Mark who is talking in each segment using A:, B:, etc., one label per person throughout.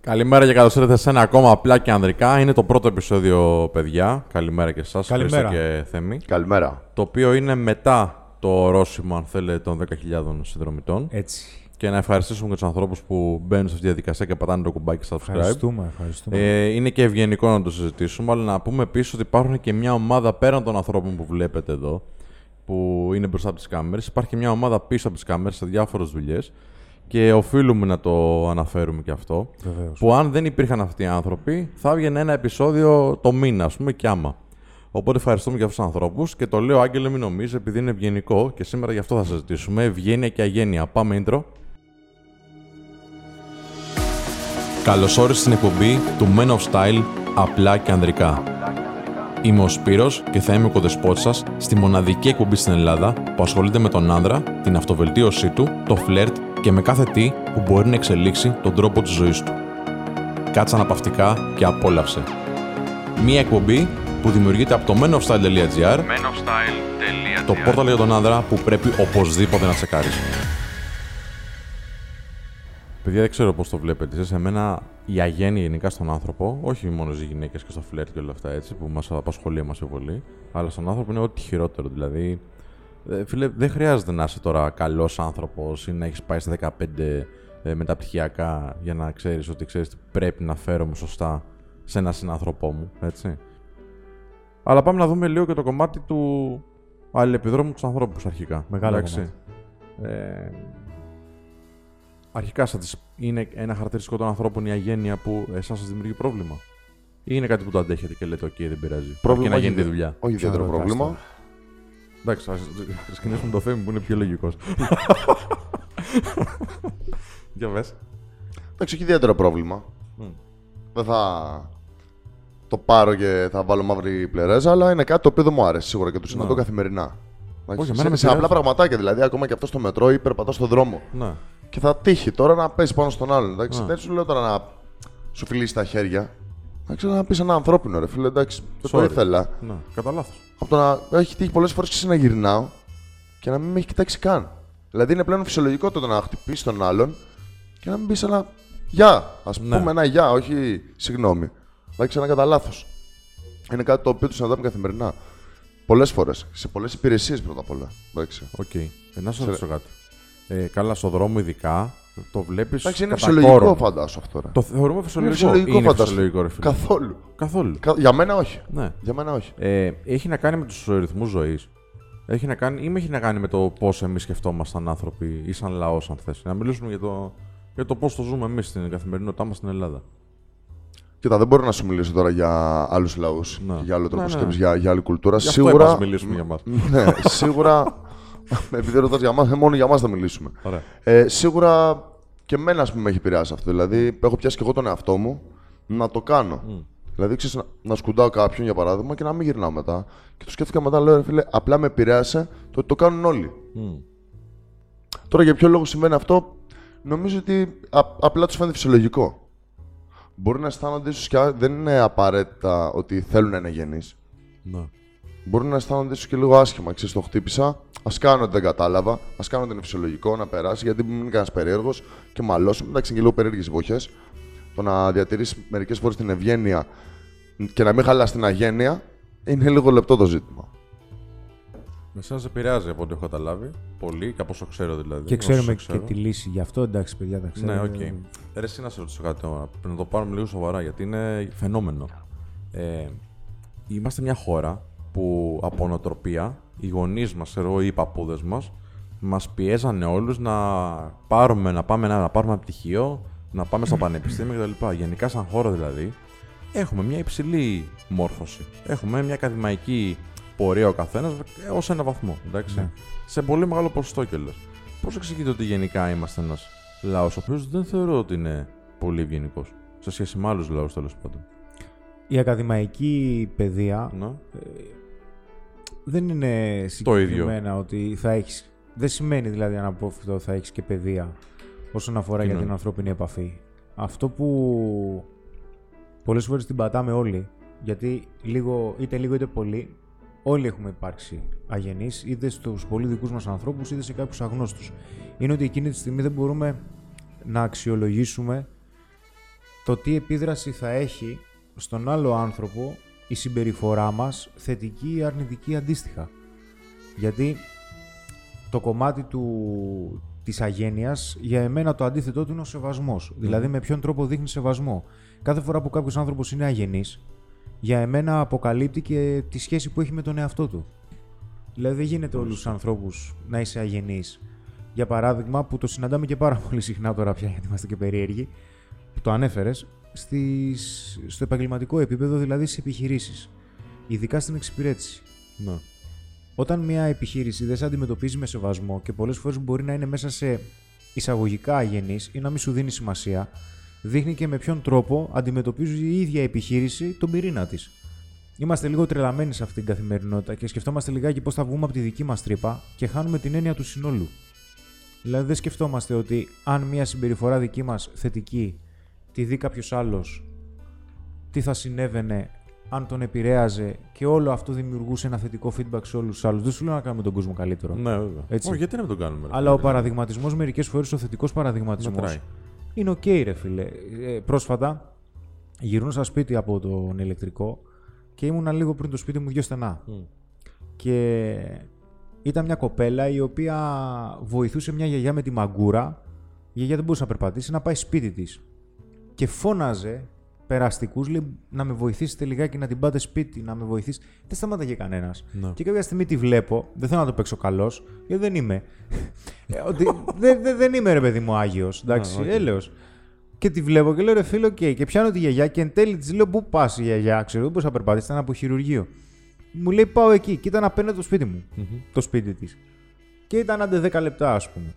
A: Καλημέρα και καλώς ήρθατε σε ένα ακόμα απλά και ανδρικά. Είναι το πρώτο επεισόδιο, παιδιά. Καλημέρα και εσάς, Χρήστο
B: Καλημέρα.
A: και Θέμη.
C: Καλημέρα.
A: Το οποίο είναι μετά το ορόσημο, αν θέλετε, των 10.000 συνδρομητών.
B: Ε. Έτσι.
A: Και να ευχαριστήσουμε και τους ανθρώπους που μπαίνουν σε αυτή τη διαδικασία και πατάνε το κουμπάκι subscribe.
B: Ευχαριστούμε, ευχαριστούμε.
A: Ε, είναι και ευγενικό να το συζητήσουμε, αλλά να πούμε επίσης ότι υπάρχουν και μια ομάδα πέραν των ανθρώπων που βλέπετε εδώ, που είναι μπροστά από τις κάμερες. Υπάρχει μια ομάδα πίσω από τις κάμερες σε διάφορες δουλειές και οφείλουμε να το αναφέρουμε και αυτό.
B: Βεβαίως.
A: Που αν δεν υπήρχαν αυτοί οι άνθρωποι, θα έβγαινε ένα επεισόδιο το μήνα, ας πούμε, και άμα. Οπότε ευχαριστούμε για αυτούς τους ανθρώπους και το λέω, Άγγελε, μην νομίζεις, επειδή είναι ευγενικό και σήμερα γι' αυτό θα συζητήσουμε. Ευγένεια και αγένεια. Πάμε intro. Καλώς όρισες στην εκπομπή του Men of Style απλά και ανδρικά. Είμαι ο Σπύρος και θα είμαι ο κοδεσπότης σας στη μοναδική εκπομπή στην Ελλάδα που ασχολείται με τον άνδρα, την αυτοβελτίωσή του, το φλερτ και με κάθε τι που μπορεί να εξελίξει τον τρόπο της ζωής του. Κάτσε αναπαυτικά και απόλαυσε. Μία εκπομπή που δημιουργείται από το menofstyle.gr το πόρταλ για τον άνδρα που πρέπει οπωσδήποτε να τσεκάρεις. Παιδιά, δεν ξέρω πώς το βλέπετε εσείς. Εμένα η αγένεια γενικά στον άνθρωπο, όχι μόνο στις γυναίκες και στο φλερτ και όλα αυτά έτσι, που μας απασχολεί μας πολύ, αλλά στον άνθρωπο είναι ό,τι χειρότερο. Δηλαδή, ε, φίλε, δεν χρειάζεται να είσαι τώρα καλός άνθρωπος ή να έχεις πάει στα 15 ε, μεταπτυχιακά για να ξέρεις ότι ξέρεις τι πρέπει να φέρομαι σωστά σε έναν συνάνθρωπό μου, έτσι. Αλλά πάμε να δούμε λίγο και το κομμάτι του αλληλεπιδρόμου τους ανθρώπους αρχικά.
B: Μεγάλο
A: Ε, αρχικά σας είναι ένα χαρακτηριστικό των ανθρώπων η αγένεια που εσάς σας δημιουργεί πρόβλημα. Ή είναι κάτι που το αντέχετε και λέτε, οκ, δεν πειράζει. Πρόβλημα να
C: όχι
A: γίνεται η
C: ιδιαίτερο-
A: δουλειά.
C: Όχι ιδιαίτερο
B: ρωτάς
C: πρόβλημα.
B: τώρα.
A: Εντάξει, ας ας ξεκινήσουμε το θέμα που είναι πιο λογικός. Για πες.
C: Εντάξει, όχι ιδιαίτερο πρόβλημα. Δεν θα το πάρω και θα βάλω μαύρη πλερέζα, αλλά είναι κάτι το οποίο δεν μου άρεσε σίγουρα και το συναντώ καθημερινά. Εντάξει,
A: Ναι. εμένα
C: σε,
A: με
C: σε
A: πειράζει.
C: απλά πραγματάκια δηλαδή, ακόμα και αυτό στο μετρό ή περπατάς στον δρόμο.
A: Ναι.
C: Και θα τύχει τώρα να πέσει πάνω στον άλλον. Εντάξει, δεν σου λέω τώρα να σου φιλήσει τα χέρια. Εντάξει, να πεις ένα ανθρώπινο ρε φίλε, εντάξει, δεν το
A: Sorry.
C: ήθελα.
A: Ναι, κατά λάθος.
C: Από το να έχει τύχει πολλές φορές και εσύ να γυρνάω και να μην με έχει κοιτάξει καν. Δηλαδή είναι πλέον φυσιολογικό το να χτυπήσεις τον άλλον και να μην πεις ένα γεια. Ας
A: Ναι.
C: πούμε ένα γεια, όχι συγγνώμη. Εντάξει, ένα κατά λάθος. Είναι κάτι το οποίο τους συναντάμε καθημερινά. Πολλές φορές. Σε πολλές υπηρεσίες πρώτα απ' όλα. Εντάξει.
A: Οκ. Ε, να σου ρωτήσω κάτι. Ε, καλά, στον δρόμο ειδικά το βλέπεις
C: Εντάξει, είναι
A: κατά
C: φυσιολογικό
A: κόρον.
C: φαντάσου αυτό. Ρε.
A: Το θεωρούμε
C: είναι
A: φυσιολογικό.
C: φυσιολογικό,
A: Είναι
C: φαντάσου.
A: φυσιολογικό, ρε φίλε.
C: Καθόλου.
A: Καθόλου.
C: Κα- Για μένα όχι.
A: Ναι.
C: Για μένα όχι.
A: Ε, έχει να κάνει με τους ρυθμούς ζωής. Έχει να κάνει, ή με έχει να κάνει με το πώς εμείς σκεφτόμαστε σαν άνθρωποι ή σαν λαός, αν θες. Να μιλήσουμε για το, για το πώς το ζούμε εμείς στην καθημερινότητά μας στην Ελλάδα.
C: Κοίτα, δεν μπορώ να σου μιλήσω τώρα για άλλους λαούς,
A: Ναι.
C: για άλλο τρόπο
A: Ναι, ναι.
C: σκέψης, για, για άλλη κουλτούρα.
A: Γι' αυτό
C: Σίγουρα.
A: είπα να μιλήσουμε για μας.
C: ναι, σίγουρα. επειδή ρωτάς για μας, μόνο για μας θα μιλήσουμε.
A: Ωραία.
C: Ε, σίγουρα και εμένα ας πούμε, με έχει επηρεάσει αυτό. Δηλαδή, έχω πιάσει και εγώ τον εαυτό μου να το κάνω. Δηλαδή, ξέρεις, να, να σκουντάω κάποιον για παράδειγμα και να μην γυρνάω μετά. Και το σκέφτηκα μετά, λέω ρε φίλε, απλά με επηρέασε το ότι το κάνουν όλοι. Τώρα για ποιο λόγο συμβαίνει αυτό, νομίζω ότι α- απλά τους φαίνεται φυσιολογικό. Μπορεί να αισθάνονται ίσως και α- δεν είναι απαραίτητα ότι θέλουν να είναι γενείς
A: Ναι.
C: μπορεί να αισθάνονται ίσως και λίγο άσχημα. Ξέρεις, το χτύπησα. Ας κάνω ότι δεν κατάλαβα. Ας κάνω ότι είναι φυσιολογικό να περάσει, γιατί μην είναι κανένας περίεργος και μαλώσουμε. Εντάξει, είναι και λίγο περίεργες εποχές. Το να διατηρήσει μερικές φορές την ευγένεια και να μην χαλάς την αγένεια είναι λίγο λεπτό το ζήτημα.
A: Με εσένα σε επηρεάζει από ό,τι έχω καταλάβει. Πολύ, και από όσο ξέρω δηλαδή.
B: Και
A: όσο
B: ξέρουμε
A: σε
B: και
A: ξέρω.
B: τη λύση. Γι' αυτό εντάξει, παιδιά, τα
A: Ναι,
B: ξέρουμε.
A: οκ. Okay. Ρε, εσύ να σε ρωτήσω κάτι τώρα. Πρέπει να το πάρουμε λίγο σοβαρά γιατί είναι φαινόμενο. Ε, είμαστε μια χώρα που από νοοτροπία οι γονείς μας ή οι παππούδες μας μας πιέζανε όλους να πάρουμε, να πάμε, να, να πάρουμε ένα πτυχίο, να πάμε στα πανεπιστήμια κτλ. Γενικά, σαν χώρα δηλαδή, έχουμε μια υψηλή μόρφωση. Έχουμε μια ακαδημαϊκή πορεία ο καθένας ως ένα βαθμό. Εντάξει. Σε πολύ μεγάλο ποσοστό κιόλας. Πώς εξηγείται ότι γενικά είμαστε ένας λαός, ο οποίος δεν θεωρώ ότι είναι πολύ ευγενικός σε σχέση με άλλους λαούς τέλος πάντων.
B: Η ακαδημαϊκή παιδεία
A: Να.
B: δεν είναι
A: Ναι. Το ίδιο.
B: συγκεκριμένα ότι θα έχεις. Δεν σημαίνει δηλαδή αναπόφευκτο ότι θα έχεις και παιδεία όσον αφορά για
A: Κοινωνική.
B: την ανθρώπινη επαφή. Αυτό που πολλές φορές την πατάμε όλοι, γιατί λίγο, είτε λίγο είτε πολύ, όλοι έχουμε υπάρξει αγενείς, είτε στους πολύ δικούς μας ανθρώπους, είτε σε κάποιους αγνώστους. Είναι ότι εκείνη τη στιγμή δεν μπορούμε να αξιολογήσουμε το τι επίδραση θα έχει στον άλλο άνθρωπο η συμπεριφορά μας θετική ή αρνητική αντίστοιχα. Γιατί το κομμάτι του, της αγένειας για εμένα το αντίθετό του είναι ο σεβασμός. Δηλαδή με ποιον τρόπο δείχνει σεβασμό. Κάθε φορά που κάποιος άνθρωπος είναι αγενής, για εμένα αποκαλύπτει και τη σχέση που έχει με τον εαυτό του. Δηλαδή δεν γίνεται όλους τους ανθρώπους να είσαι αγενής. Για παράδειγμα, που το συναντάμε και πάρα πολύ συχνά τώρα πια, γιατί είμαστε και περίεργοι, που το ανέφερες, στο επαγγελματικό επίπεδο, δηλαδή στις επιχειρήσεις. Ειδικά στην εξυπηρέτηση.
A: Ναι.
B: Όταν μια επιχείρηση δεν σε αντιμετωπίζει με σεβασμό και πολλές φορές μπορεί να είναι μέσα σε εισαγωγικά αγενή ή να μην σου δίνει σημασία, δείχνει και με ποιον τρόπο αντιμετωπίζει η ίδια η επιχείρηση τον πυρήνα της. Είμαστε λίγο τρελαμένοι σε αυτή την καθημερινότητα και σκεφτόμαστε λιγάκι πώς θα βγούμε από τη δική μας τρύπα και χάνουμε την έννοια του συνόλου. Δηλαδή δεν σκεφτόμαστε ότι αν μια συμπεριφορά δική μας θετική τη δει κάποιος άλλος, τι θα συνέβαινε αν τον επηρέαζε και όλο αυτό δημιουργούσε ένα θετικό feedback σε όλους τους άλλους. Δεν σου λέω να κάνουμε τον κόσμο καλύτερο.
A: Ναι, βέβαια.
B: Έτσι.
A: Όχι, γιατί να μην το κάνουμε. ρε
B: Αλλά ο
A: παιδί.
B: παραδειγματισμός μερικές φορές, ο θετικός
A: Μετράει.
B: παραδειγματισμός είναι οκ okay, ρε φίλε. Ε, πρόσφατα γυρνούσα σπίτι από τον ηλεκτρικό και ήμουνα λίγο πριν το σπίτι μου δυο στενά. Και ήταν μια κοπέλα η οποία βοηθούσε μια γιαγιά με τη μαγκούρα. Η γιαγιά δεν μπορούσε να περπατήσει, να πάει σπίτι της. Και φώναζε περαστικούς, λέει να με βοηθήσετε λιγάκι να την πάτε σπίτι, να με βοηθήσει. Δεν σταμάταγε κανένας.
A: Ναι.
B: Και κάποια στιγμή τη βλέπω, δεν θέλω να το παίξω καλός, γιατί δεν είμαι. Ε, ότι, δεν, δεν- δεν είμαι ρε παιδί μου Άγιος, εντάξει,
A: οκ.
B: έλεος. Και τη βλέπω και λέω ρε φίλο, οκ. Και πιάνω τη γιαγιά και εν τέλει της λέω πού πας η γιαγιά, ξέρω, δεν μπορούσα να περπατήσεις, ήταν από χειρουργείο. Μου λέει πάω εκεί και ήταν απέναντι το σπίτι μου. Το σπίτι της. Και ήταν άντε 10 λεπτά, ας πούμε.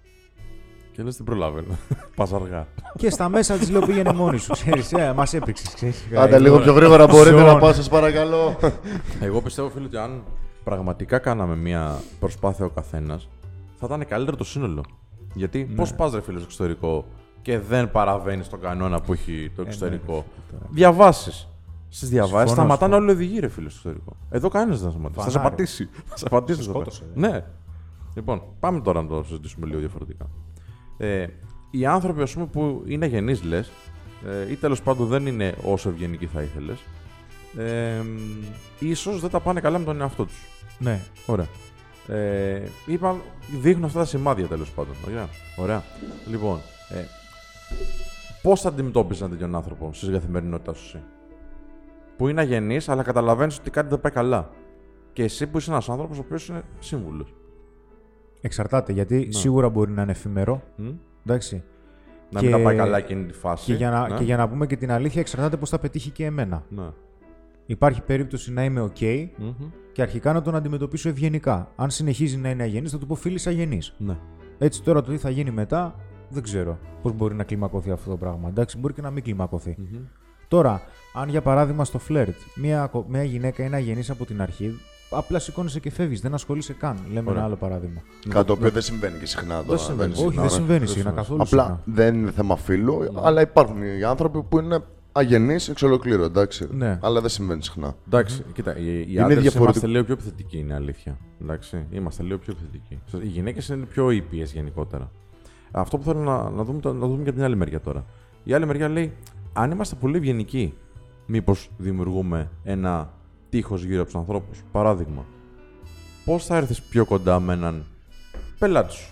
A: Και λες την προλάβαινα. Πας αργά.
B: Και στα μέσα της λέω πήγαινε μόνη σου, ξέρεις. Ε, μας έπριξε, ξέρεις.
C: Άντε λίγο
B: ε,
C: πιο γρήγορα μπορείτε
B: Ζών.
C: να πάω, σας παρακαλώ.
A: Εγώ πιστεύω, φίλε, ότι αν πραγματικά κάναμε μια προσπάθεια ο καθένας, θα ήταν καλύτερο το σύνολο. Γιατί
B: Ναι.
A: πώς πώ πας, ρε φίλε, στο εξωτερικό και δεν παραβαίνεις τον κανόνα που έχει
B: Ε, ναι,
A: το εξωτερικό. Διαβάσεις. Στις διαβάσει
B: Συμφωνώ,
A: σταματάνε όλοι οι οδηγοί, ρε φίλε, στο εξωτερικό. Εδώ κανένας δεν σταματάει. Θα σε
B: Φανάρι.
A: πατήσει. Θα σε πατήσει. εδώ πέρα.
B: σκότωσε,
A: Ναι. Λοιπόν, πάμε τώρα να το συζητήσουμε λίγο διαφορετικά. Ε, οι άνθρωποι, ας πούμε, που είναι γενεί, λες, ε, ή τέλος πάντων δεν είναι όσο ευγενικοί θα ήθελες, ε, ίσως δεν τα πάνε καλά με τον εαυτό τους.
B: Ναι.
A: Ωραία. Ε, είπα, δείχνουν αυτά τα σημάδια τέλος πάντων. Ωραία. Ωραία. Λοιπόν, ε, πώς θα αντιμετώπιζε έναν τέτοιον άνθρωπο στην καθημερινότητάς σου εσύ. Που είναι αγενής, αλλά καταλαβαίνεις ότι κάτι δεν πάει καλά. Και εσύ που είσαι ένας άνθρωπος ο οποίος είναι σύμβουλος.
B: Εξαρτάται
A: Ναι.
B: γιατί σίγουρα μπορεί να είναι εφημερό. Εντάξει.
A: Να
B: Και-
A: μην τα πάει καλά εκείνη τη φάση.
B: Και για, να,
A: ναι.
B: και για να πούμε και την αλήθεια, εξαρτάται πώς θα πετύχει και εμένα.
A: Ναι.
B: Υπάρχει περίπτωση να είμαι OK και αρχικά να τον αντιμετωπίσω ευγενικά. Αν συνεχίζει να είναι αγενής, θα του πω φίλης αγενής.
A: ναι.
B: Έτσι τώρα το τι θα γίνει μετά, δεν ξέρω πώς μπορεί να κλιμακωθεί αυτό το πράγμα. Εντάξει, μπορεί και να μην κλιμακωθει Τώρα, αν για παράδειγμα στο φλερτ μια, κο- μια γυναίκα είναι αγενής από την αρχή, απλά σηκώνεσαι και φεύγεις, δεν ασχολείσαι καν. Λέμε ένα άλλο παράδειγμα.
C: Κάτι το οποίο δεν συμβαίνει και συχνά τώρα.
A: συμβαίνει.
C: είναι
A: Όχι,
B: Όχι, δεν
C: συχνά, ναι.
B: συμβαίνει συχνά καθόλου.
C: Απλά
B: συχνά.
C: δεν είναι θέμα φίλου, αλλά υπάρχουν οι άνθρωποι που είναι αγενείς εξ ολοκλήρου, εντάξει.
B: Ναι.
C: Αλλά δεν συμβαίνει συχνά.
A: Εντάξει, κοίτα, οι, οι άντρες
C: διαφορετικό-
A: είμαστε λίγο πιο επιθετικοί, είναι αλήθεια. Εντάξει, είμαστε λίγο πιο επιθετικοί. Οι γυναίκες είναι πιο ήπιες γενικότερα. Αυτό που θέλω να, να, δούμε, το- να δούμε και από την άλλη μεριά τώρα. Η άλλη μεριά λέει, αν είμαστε πολύ ευγενικοί, μήπως δημιουργούμε ένα τείχος γύρω από τους ανθρώπους. Παράδειγμα, πώς θα έρθεις πιο κοντά με έναν πελάτη σου.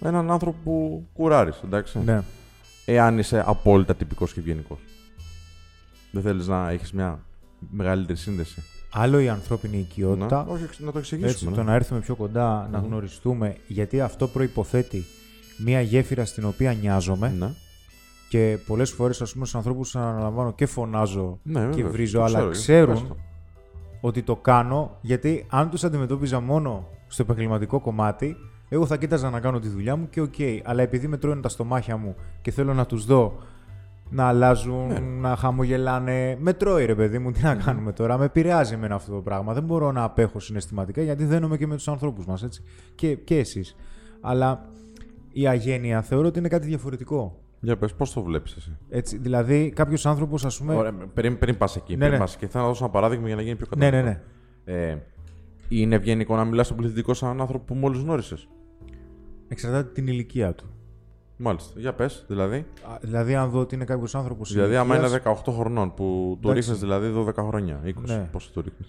A: Έναν άνθρωπο που κουράρεις, εντάξει.
B: Ναι.
A: Εάν είσαι απόλυτα τυπικός και ευγενικός. Δεν θέλεις να έχεις μια μεγαλύτερη σύνδεση.
B: Άλλο η ανθρώπινη οικειότητα.
A: Να, όχι, ναι. εξ- να το
B: Έτσι,
A: εξηγήσουμε.
B: το ναι. να έρθουμε πιο κοντα να γνωριστούμε, γιατί αυτό προϋποθέτει μία γέφυρα στην οποία νοιάζομαι
A: ναι. ναι.
B: και πολλές φορές ας πούμε στους ανθρώπους αναλαμβάνω και φωνάζω
A: Ναι,
B: και
A: βέβαια,
B: βρίζω,
A: το
B: αλλά
A: ξέρω, πες
B: ξέρουν
A: το.
B: ότι το κάνω γιατί αν τους αντιμετώπιζα μόνο στο επαγγελματικό κομμάτι, εγώ θα κοίταζα να κάνω τη δουλειά μου και οκ. αλλά επειδή με τρώνε τα στομάχια μου και θέλω να τους δω να αλλάζουν,
A: Ναι.
B: να χαμογελάνε. Με τρώει ρε παιδί μου, τι να κάνουμε τώρα. Με επηρεάζει εμένα αυτό το πράγμα. Δεν μπορώ να απέχω συναισθηματικά γιατί δένομαι και με τους ανθρώπους μας, έτσι. Και, και εσείς. Αλλά η αγένεια θεωρώ ότι είναι κάτι διαφορετικό.
A: Για πες, πώς το βλέπεις εσύ.
B: Έτσι, δηλαδή κάποιος άνθρωπος ας πούμε...
A: Ωραία, πριν, πριν πας εκεί,
B: Ναι,
A: πριν
B: ναι.
A: πας εκεί, θα δώσω ένα παράδειγμα για να γίνει πιο
B: ναι,
A: κατανοητό.
B: ναι, ναι.
A: Ε, είναι ευγενικό να μιλάς στον πληθυντικό σαν έναν άνθρωπο που μόλις γνώρισες.
B: Εξαρτάται την ηλικία του.
A: Μάλιστα. Για πες, δηλαδή.
B: Α, Δηλαδή, αν δω ότι είναι κάποιος άνθρωπος.
A: Δηλαδή, άμα είναι 18 χρονών που του
B: Εντάξει.
A: ρίχνεις δηλαδή 12 χρόνια, 20,
B: Ναι.
A: πόσο του ρίχνει.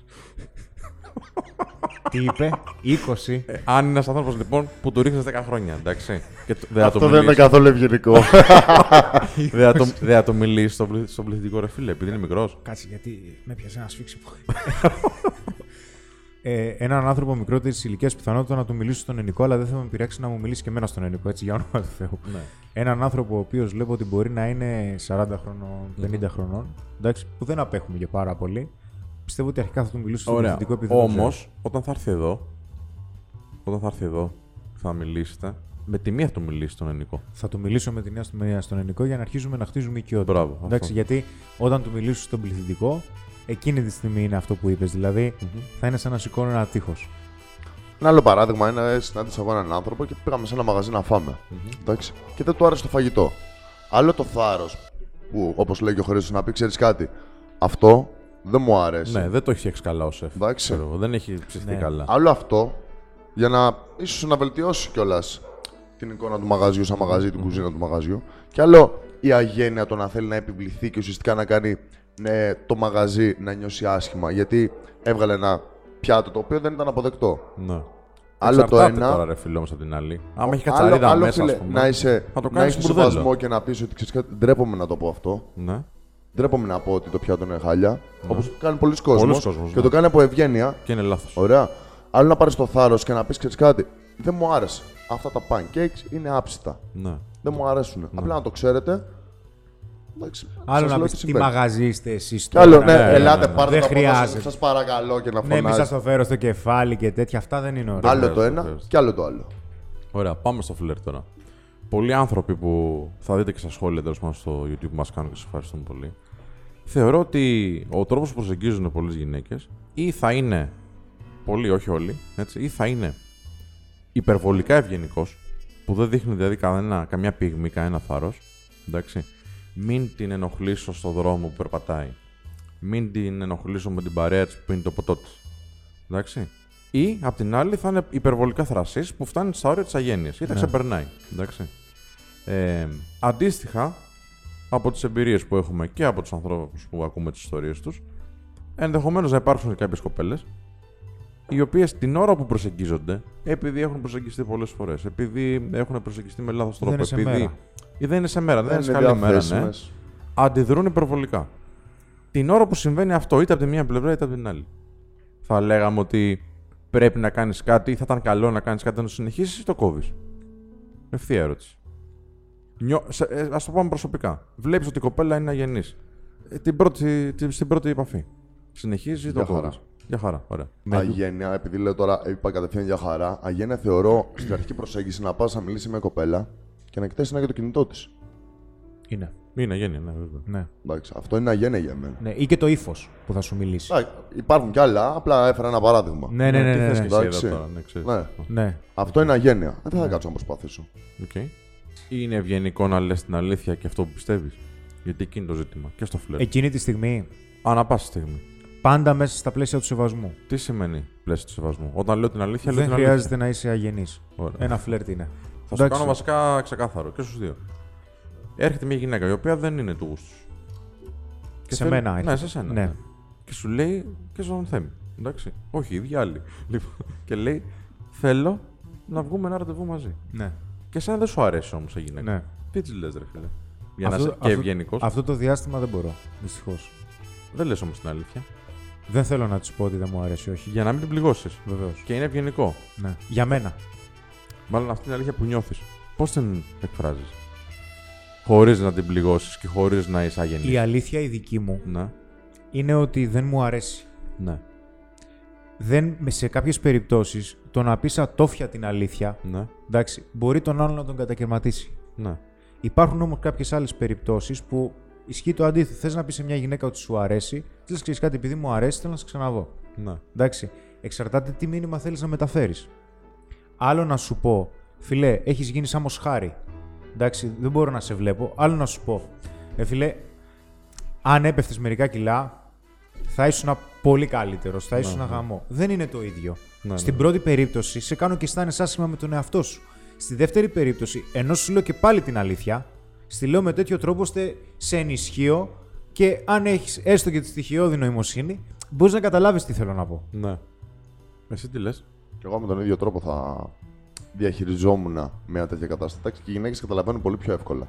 B: Τι είπε, 20.
A: Ε, Αν είναι ένας άνθρωπος λοιπόν που του ρίχνει 10 χρόνια, εντάξει. Και το- δεν θα το
C: Αυτό δεν είναι
A: μιλήσεις.
C: καθόλου ευγενικό.
A: Δεν θα το- δεν θα το μιλήσεις στον πληθυ- στον πληθυντικό ρε φίλε, επειδή είναι μικρός.
B: Κάτσε, γιατί με πιασε ένα σφίξιμο. ε, έναν άνθρωπο μικρότερης ηλικίας πιθανότητα να του μιλήσω στον ελληνικό, αλλά δεν θα με πειράξει να μου μιλήσει και εμένα στον ελληνικό, έτσι για όνομα του Θεού.
A: Ναι.
B: Έναν άνθρωπο ο οποίος βλέπω ότι μπορεί να είναι 40 χρονών, 50 χρονών, εντάξει, που δεν απέχουμε και πάρα πολύ. Πιστεύω ότι αρχικά θα του μιλήσω στον
A: Ωραία.
B: ελληνικό επειδή. δεν
A: Όμως, όταν θα έρθει εδώ, όταν θα έρθει εδώ, θα μιλήσετε. Με τη μία θα του μιλήσει τον ελληνικό.
B: Θα του μιλήσω με την νέα στον, στον ελληνικό για να αρχίζουμε να χτίζουμε οικειότητα.
A: Μπράβο, αυτό.
B: Εντάξει, γιατί όταν του μιλήσω στον πληθυντικό, εκείνη τη στιγμή είναι αυτό που είπες. Δηλαδή, θα είναι σαν να σηκώνω ένα τείχος.
C: Ένα άλλο παράδειγμα είναι ε, συνάντησα εγώ έναν άνθρωπο και πήγαμε σε ένα μαγαζί να φαμε Εντάξει. Και δεν του άρεσε το φαγητό. Άλλο το θάρρος που, όπως λέει και ο Χρήστος, να πει: Ξέρεις κάτι, αυτό δεν μου άρεσε.
A: Ναι, δεν το έχει φτιάξει καλά ο σεφ.
C: Εντάξει.
A: Ξέρω εγώ, Δεν έχει ψηφθεί
B: Ναι.
A: καλά.
C: Άλλο αυτό για να ίσως να βελτιώσει κιόλας την εικόνα του μαγαζιού σαν μαγαζί, την κουζίνα του μαγαζιού. Και άλλο η αγένεια το να θέλει να επιβληθεί και ουσιαστικά να κάνει ναι, το μαγαζί να νιώσει άσχημα. Γιατί έβγαλε ένα πιάτο το οποίο δεν ήταν αποδεκτό.
A: Ναι.
C: Άλλο το
A: Εξαρτάται
C: ένα.
A: τώρα ρε φίλο όμως απ' την άλλη. Άμα έχει
C: Άλλο,
A: κατσαρίδα
C: άλλο,
A: μέσα,
C: φίλε,
A: ας πούμε,
C: να είσαι.
A: θα το
C: να
A: κάνεις
C: έχεις
A: μπουρδέλο.
C: σεβασμό και να πεις ότι ξέρεις κάτι. Ντρέπομαι να το πω αυτό.
A: Ναι.
C: Ντρέπομαι να πω ότι το πιάτο είναι χάλια. Όπως κάνει πολλοί
A: Πολλοί
C: κόσμοι.
A: Ναι. κόσμος,
C: Και
A: ναι.
C: το κάνει από ευγένεια.
A: Και είναι λάθος.
C: Ωραία. Άλλο να πάρεις το θάρρος και να πεις: Ξέρεις κάτι, δεν μου άρεσε. Αυτά τα pancakes είναι άψητα.
A: Ναι.
C: Δεν μου αρέσουν. Απλά να το ξέρετε. Εντάξει,
B: Άλλο
C: σας
B: να
C: λέω
B: πεις
C: τι
B: τι
C: συμβαίνει.
B: μαγαζί είστε εσεί
C: Κι άλλο, ναι,
A: ναι, ναι,
C: ελάτε,
A: ναι.
C: πάρτε
B: Δεν
C: τα
B: χρειάζεται.
C: Σας παρακαλώ και να
B: Ναι, μη σας
C: φωνάζετε.
B: το φέρω στο κεφάλι και τέτοια. Αυτά δεν είναι ωραία.
C: άλλο το
A: χρειάζεται,
C: ένα
A: χρειάζεται.
C: και άλλο το άλλο.
A: Ωραία, πάμε στο φλερ τώρα. Πολλοί άνθρωποι που θα δείτε και στα σχόλια τέλος πάντων στο YouTube που μας κάνουν και σας ευχαριστούμε πολύ. Θεωρώ ότι ο τρόπος που προσεγγίζουν πολλές γυναίκες ή θα είναι. Πολλοί, όχι όλοι. Έτσι, ή θα είναι υπερβολικά ευγενικός, που δεν δείχνει δηλαδή κανένα, καμιά πυγμή, κανένα θάρρος. Εντάξει. Μην την ενοχλήσω στον δρόμο που περπατάει. Μην την ενοχλήσω με την παρέα της που πίνει το ποτό της. Εντάξει. Ή απ' την άλλη θα είναι υπερβολικά θρασής που φτάνει στα όρια της αγένειας ή τα ξεπερνάει. Εντάξει. Ε, αντίστοιχα, από τις εμπειρίες που έχουμε και από τους ανθρώπους που ακούμε τις ιστορίες τους, ενδεχομένως να υπάρξουν κάποιες κοπέλες οι οποίες την ώρα που προσεγγίζονται, επειδή έχουν προσεγγιστεί πολλές φορές, επειδή έχουν προσεγγιστεί με λάθος τρόπο,
B: είναι σε
A: επειδή.
B: μέρα.
A: Ή δεν είναι σε μέρα, δεν,
C: Δεν
A: είναι σε
C: είναι
A: καλή μέρα, ναι.
C: διαθέσιμες.
A: Αντιδρούν υπερβολικά. Την ώρα που συμβαίνει αυτό, είτε από τη μία πλευρά είτε από την άλλη. Θα λέγαμε ότι πρέπει να κάνεις κάτι, ή θα ήταν καλό να κάνεις κάτι, να το συνεχίσεις ή το κόβεις. Ευθεία ερώτηση. Νιώ... Σε... Ε, ας το πάμε προσωπικά. Βλέπεις ότι η κοπέλα είναι αγενής. την πρώτη, την, στην πρώτη επαφή. Συνεχίζει ή το
C: Για χαρά.
A: κόβει. Για χαρά, ωραία.
C: Αγένεια, επειδή λέω τώρα, είπα κατευθείαν για χαρά. Αγένεια θεωρώ στην αρχική προσέγγιση να πας να μιλήσεις με μια κοπέλα και να κοιτάξει να για το κινητό της.
B: Είναι.
A: Είναι αγένεια, ναι, βέβαια.
B: Ναι.
C: Εντάξει, αυτό είναι αγένεια για μένα.
B: ναι. Ή και το ύφος που θα σου μιλήσει.
C: Εντάξει, υπάρχουν κι άλλα, απλά έφερα ένα παράδειγμα.
B: Ναι, ναι, ναι.
A: Ε, Τι
B: ναι,
A: θες
B: ναι.
A: και εσύ
C: Εντάξει.
A: εδώ τώρα, ναι, ξέρεις.
C: Ναι.
B: ναι.
C: Αυτό είναι αγένεια. Δεν θα κάτσω να προσπαθήσω.
A: Οκ. Είναι ευγενικό να λες την αλήθεια και αυτό που πιστεύεις. Γιατί εκείνη το ζήτημα. Και στο φλερ.
B: Εκείνη τη στιγμή,
A: Ανά πάση στιγμή.
B: πάντα μέσα στα πλαίσια του σεβασμού.
A: Τι σημαίνει πλαίσιο του σεβασμού. Όταν λέω την αλήθεια, λέω
B: δεν
A: την
B: χρειάζεται να είσαι αγενής.
A: Ωραία.
B: Ένα φλερτ είναι.
A: αλήθεια. Θα σου κάνω βασικά ξεκάθαρο και στους δύο. Έρχεται μια γυναίκα η οποία δεν είναι του γούστου. σου. Και
B: Σε
A: θέλει-
B: μένα
A: Ναι,
B: έρχεται.
A: σε σένα.
B: Ναι.
A: ναι. Και σου λέει και στον Θέμη. Εντάξει. Όχι, η ίδια άλλη. Λοιπόν, και λέει, θέλω να βγούμε ένα ραντεβού μαζί.
B: Ναι.
A: Και σαν δεν σου αρέσει όμως η γυναίκα.
B: Ναι.
A: Τι της λες, ρε φίλε. Για να είσαι και ευγενικός.
B: Αυτό το διάστημα δεν μπορώ. Δυστυχώς.
A: Δεν λες όμως την αλήθεια.
B: Δεν θέλω να της πω ότι δεν μου αρέσει, όχι.
A: Για να μην την πληγώσεις.
B: Βεβαίως.
A: Και είναι ευγενικό.
B: Ναι. Για μένα.
A: Μάλλον αυτή είναι η αλήθεια που νιώθεις. Πώς την εκφράζεις. Χωρίς να την πληγώσεις και χωρίς να είσαι αγενής.
B: Η αλήθεια η δική μου
A: Ναι.
B: είναι ότι δεν μου αρέσει.
A: Ναι.
B: Δεν, σε κάποιες περιπτώσεις, το να πεις ατόφια την αλήθεια,
A: Ναι.
B: εντάξει, μπορεί τον άλλον να τον κατακαιρματίσει.
A: Ναι.
B: Υπάρχουν όμως κάποιες άλλες περιπτώσεις που ισχύει το αντίθετο. Θες να πεις σε μια γυναίκα ότι σου αρέσει, τη λε ξέρεις κάτι επειδή μου αρέσει, θέλω να σε ξαναδώ.
A: ναι.
B: Εντάξει, εξαρτάται τι μήνυμα θέλεις να μεταφέρεις. Άλλο να σου πω, φιλέ, έχεις γίνει σαν μοσχάρι. Εντάξει, δεν μπορώ να σε βλέπω. Άλλο να σου πω, ε, φιλέ, αν έπεφτες μερικά κιλά, θα ήσουν πολύ καλύτερος. Θα ήσουν γαμό. Δεν είναι το ίδιο.
A: Ναι,
B: Στην πρώτη περίπτωση, σε κάνω και αισθάνεσαι άσχημα με τον εαυτό σου. Στη δεύτερη περίπτωση, ενώ σου λέω και πάλι την αλήθεια, στη λέω με τέτοιο τρόπο ώστε σε ενισχύω και αν έχεις έστω και τη στοιχειώδη νοημοσύνη, μπορείς να καταλάβεις τι θέλω να πω.
A: Ναι. Εσύ τι λες.
C: Και εγώ με τον ίδιο τρόπο θα διαχειριζόμουν μια τέτοια κατάσταση. Εντάξει, και οι γυναίκες καταλαβαίνουν πολύ πιο εύκολα.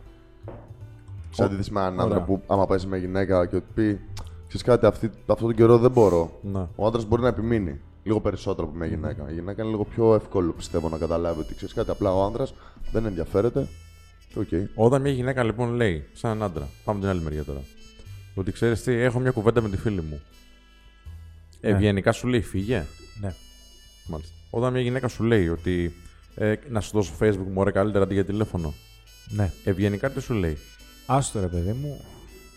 C: Σε αντίθεση με έναν άντρα
B: Ωραία.
C: που, άμα πάει σε μια γυναίκα και ότι πει, ξέρεις κάτι, αυτή, αυτόν τον καιρό δεν μπορώ.
A: Ναι.
C: Ο άντρας μπορεί να επιμείνει λίγο περισσότερο από μια γυναίκα. Η γυναίκα είναι λίγο πιο εύκολο πιστεύω να καταλάβει ότι ξέρεις κάτι. Απλά ο άντρας δεν ενδιαφέρεται. Και οκ.
A: Όταν μια γυναίκα λοιπόν λέει, σαν έναν άντρα, πάμε την άλλη μεριά τώρα, ότι ξέρεις τι, έχω μια κουβέντα με τη φίλη μου. Ευγενικά σου λέει, φύγε.
B: Ναι.
A: Μάλιστα. Όταν μια γυναίκα σου λέει ότι ε, να σου δώσω facebook μου, ωραία, καλύτερα αντί για τηλέφωνο.
B: Ναι.
A: Ευγενικά τι σου λέει.
B: Άστο ρε παιδί μου.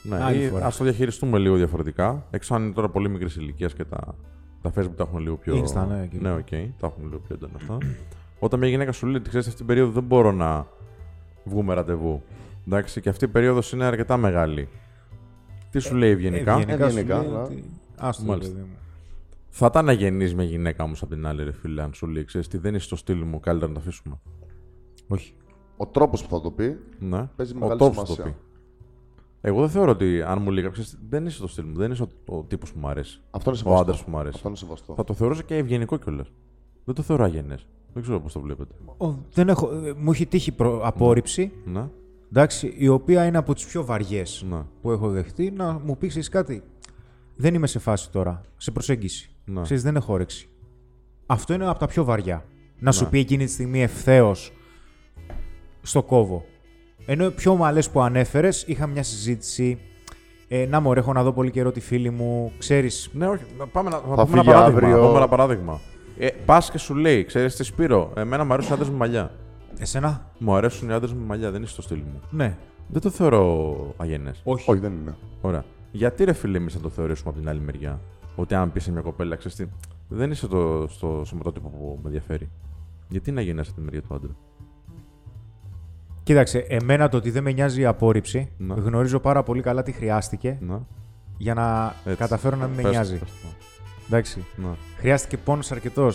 A: Ναι,
B: Άλλη φορά.
A: ας το διαχειριστούμε λίγο διαφορετικά. Εξώ αν είναι τώρα πολύ μικρής ηλικίας και τα, τα Facebook τα έχουν λίγο πιο.
B: Insta, ναι, και-
A: ναι, οκ, τα έχουν λίγο πιο έντονα αυτά. Όταν μια γυναίκα σου λέει ότι ξέρεις αυτή την περίοδο δεν μπορώ να βγούμε ραντεβού. Εντάξει, και αυτή η περίοδος είναι αρκετά μεγάλη. Τι σου λέει ευγενικά.
B: Ε, Ευγενικά σου
C: Ευγενικά,
B: λέω
C: ναι.
B: ότι- Άστο ρε
A: Ε, Μάλιστα.
B: παιδί μου.
A: Θα ήταν αγενής μια γυναίκα όμως απ' την άλλη, ρε φίλε, αν σου λέει: Ξέρεις τι, δεν είσαι στο στυλ μου, καλύτερα να τα αφήσουμε.
B: Όχι.
C: Ο τρόπος που θα το πει
A: Ναι.
C: Παίζει
A: Ο
C: μεγάλη
A: τόπος το
C: σημασία.
A: πει. Εγώ δεν θεωρώ ότι αν μου λέει κάποιος, δεν είσαι το στυλ μου, δεν είσαι ο, ο τύπος που μου αρέσει.
C: Αυτό είναι
A: Ο
C: σεβαστό.
A: άντρα που μου αρέσει.
C: Αυτό είναι σεβαστό.
A: Θα το θεωρούσα και ευγενικό κιόλας. Δεν το θεωρώ αγενές. Δεν ξέρω πώς το βλέπετε.
B: Ο, δεν έχω, ε, μου έχει τύχει προ, απόρριψη,
A: Ναι,
B: εντάξει, η οποία είναι από τις πιο βαριές
A: Ναι.
B: που έχω δεχτεί, να μου πει «Ξέρεις κάτι. Δεν είμαι σε φάση τώρα, σε προσέγγιση.
A: Ναι.
B: Ξέρεις, δεν έχω όρεξη. Αυτό είναι από τα πιο βαριά. Να
A: Ναι.
B: σου πει εκείνη τη στιγμή ευθέως στο κόβο. Ενώ οι πιο ομαλές που ανέφερες, είχα μια συζήτηση. Ε, να μου έχω να δω πολύ καιρό τη φίλη μου. Ξέρεις,
A: ναι όχι. Να Πάμε να, να
C: Θα
A: πούμε ένα
C: φύγει
A: παράδειγμα.
C: αύριο.
A: Πάμε ένα παράδειγμα. Ε, Πας και σου λέει, ξέρεις τι Σπύρο, εμένα μου αρέσουν οι άντρες με μαλλιά.
B: εσένα.
A: Μου αρέσουν οι άντρες με μαλλιά, δεν είσαι το στυλ μου.
B: Ναι.
A: Δεν το θεωρώ αγενές.
B: Όχι.
C: Όχι, δεν είναι.
A: Ωραία. Γιατί ρε φίλε, εμείς θα το θεωρήσουμε από την άλλη μεριά. Ότι αν πεις σε μια κοπέλα, ξέρεις τι, δεν είσαι το, στο σωματότυπο που με ενδιαφέρει. Γιατί να γίνει από την μεριά του άντρα.
B: Κοίταξε, εμένα το ότι δεν με νοιάζει η απόρριψη.
A: Ναι.
B: Γνωρίζω πάρα πολύ καλά τι χρειάστηκε
A: Να.
B: για να
A: έτσι.
B: Ναι. καταφέρω να μην με
A: Πες το,
B: νοιάζει.
A: πες το. Ναι.
B: Εντάξει.
A: Να.
B: Χρειάστηκε πόνο αρκετό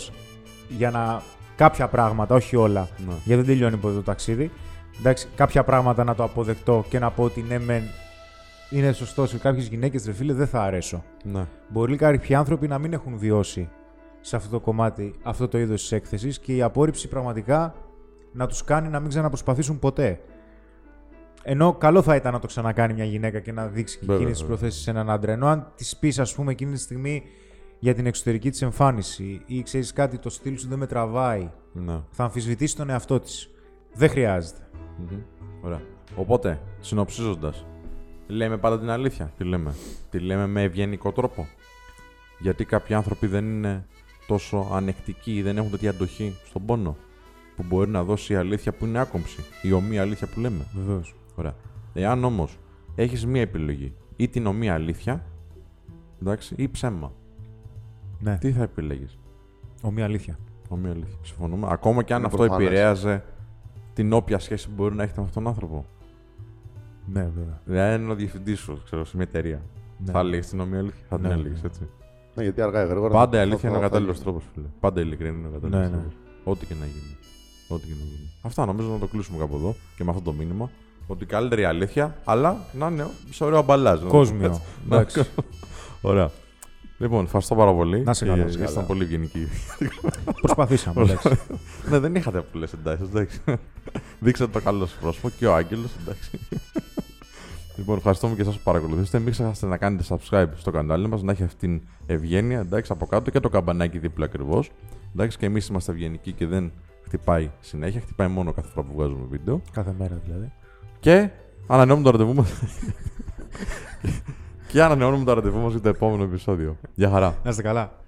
B: για να. κάποια πράγματα, όχι όλα.
A: Ναι.
B: Γιατί δεν τελειώνει ποτέ το ταξίδι. Εντάξει, κάποια πράγματα να το αποδεχτώ και να πω ότι ναι, μεν είναι σωστό σε κάποιες γυναίκες, ρε φίλε, δεν θα αρέσω.
A: Να.
B: Μπορεί κάποιοι άνθρωποι να μην έχουν βιώσει σε αυτό το κομμάτι αυτό το είδος της έκθεσης και η απόρριψη πραγματικά να τους κάνει να μην ξαναπροσπαθήσουν ποτέ. Ενώ καλό θα ήταν να το ξανακάνει μια γυναίκα και να δείξει και
A: Βέβαια,
B: εκείνες τις
A: βέβαια.
B: προθέσεις σε έναν άντρα. Ενώ αν της πεις, ας πούμε, εκείνη τη στιγμή για την εξωτερική της εμφάνιση ή ξέρεις κάτι, το στυλ σου δεν με τραβάει,
A: Να.
B: θα αμφισβητήσεις τον εαυτό της. Δεν χρειάζεται.
A: Μμμ. Ωραία. Οπότε, συνοψίζοντας, λέμε πάντα την αλήθεια. Τι λέμε. Τη λέμε με ευγενικό τρόπο. Γιατί κάποιοι άνθρωποι δεν είναι τόσο ανεκτικοί ή δεν έχουν τέτοια αντοχή στον πόνο που μπορεί να δώσει η αλήθεια που είναι άκομψη. Η ομοία αλήθεια που λέμε.
B: Βεβαίως.
A: Ωραία. Εάν όμως έχεις μία επιλογή, ή την ομοία αλήθεια, εντάξει, ή ψέμα,
B: Ναι,
A: τι θα επιλέγεις.
B: ομοία αλήθεια.
A: Ομοία αλήθεια. Συμφωνούμε. Ακόμα και αν
C: Είναι
A: αυτό
C: προφανές.
A: επηρέαζε την όποια σχέση που μπορεί να έχετε με αυτόν τον άνθρωπο.
B: Ναι, βέβαια.
A: Δηλαδή, είναι ο διευθυντής σου, ξέρω, σε μια εταιρεία.
B: Ναι.
A: Θα έλεγε την ομοία αλήθεια, θα την
B: Ναι, ναι.
A: έλεγες έτσι.
C: Ναι, γιατί αργά ή γρήγορα.
A: Πάντα η
C: θα-
A: αλήθεια
C: θα-
A: είναι ο
C: θα-
A: κατάλληλος
C: θα-
A: τρόπος, φίλε. Πάντα η ειλικρίνη είναι ο κατάλληλος
B: Ναι, ναι.
A: τρόπος. Ό,τι και να γίνει. Ό,τι και να γίνει. Αυτά νομίζω να το κλείσουμε κάπου εδώ και με αυτό το μήνυμα. Ότι καλύτερη η αλήθεια, αλλά να είναι σε ωραίο αμπαλάζ. να το
B: Κόσμιο.
A: πούμε έτσι.
B: Εντάξει.
A: Ωραία. Λοιπόν, ευχαριστώ πάρα πολύ.
B: Να σε
A: Και
B: καλά.
A: Ήσασταν πολύ ευγενικοί.
B: Προσπαθήσαμε. εντάξει.
A: ναι, δεν είχατε πολλέ εντάσει, εντάξει. Δείξατε το καλό σα πρόσωπο και ο Άγγελος, εντάξει. λοιπόν, ευχαριστούμε και εσάς που παρακολουθήσατε. Μην ξεχάσετε να κάνετε subscribe στο κανάλι μας, να έχει αυτή την ευγένεια, εντάξει, από κάτω και το καμπανάκι δίπλα ακριβώς. Εντάξει, και εμείς είμαστε ευγενικοί και δεν χτυπάει συνέχεια, χτυπάει μόνο κάθε φορά που βγάζουμε βίντεο.
B: Κάθε μέρα δηλαδή.
A: Και ανανεώνουμε το ραντεβού μας. και ανανεώνουμε το ραντεβού μας για το επόμενο επεισόδιο. Γεια χαρά.
B: Να είστε καλά.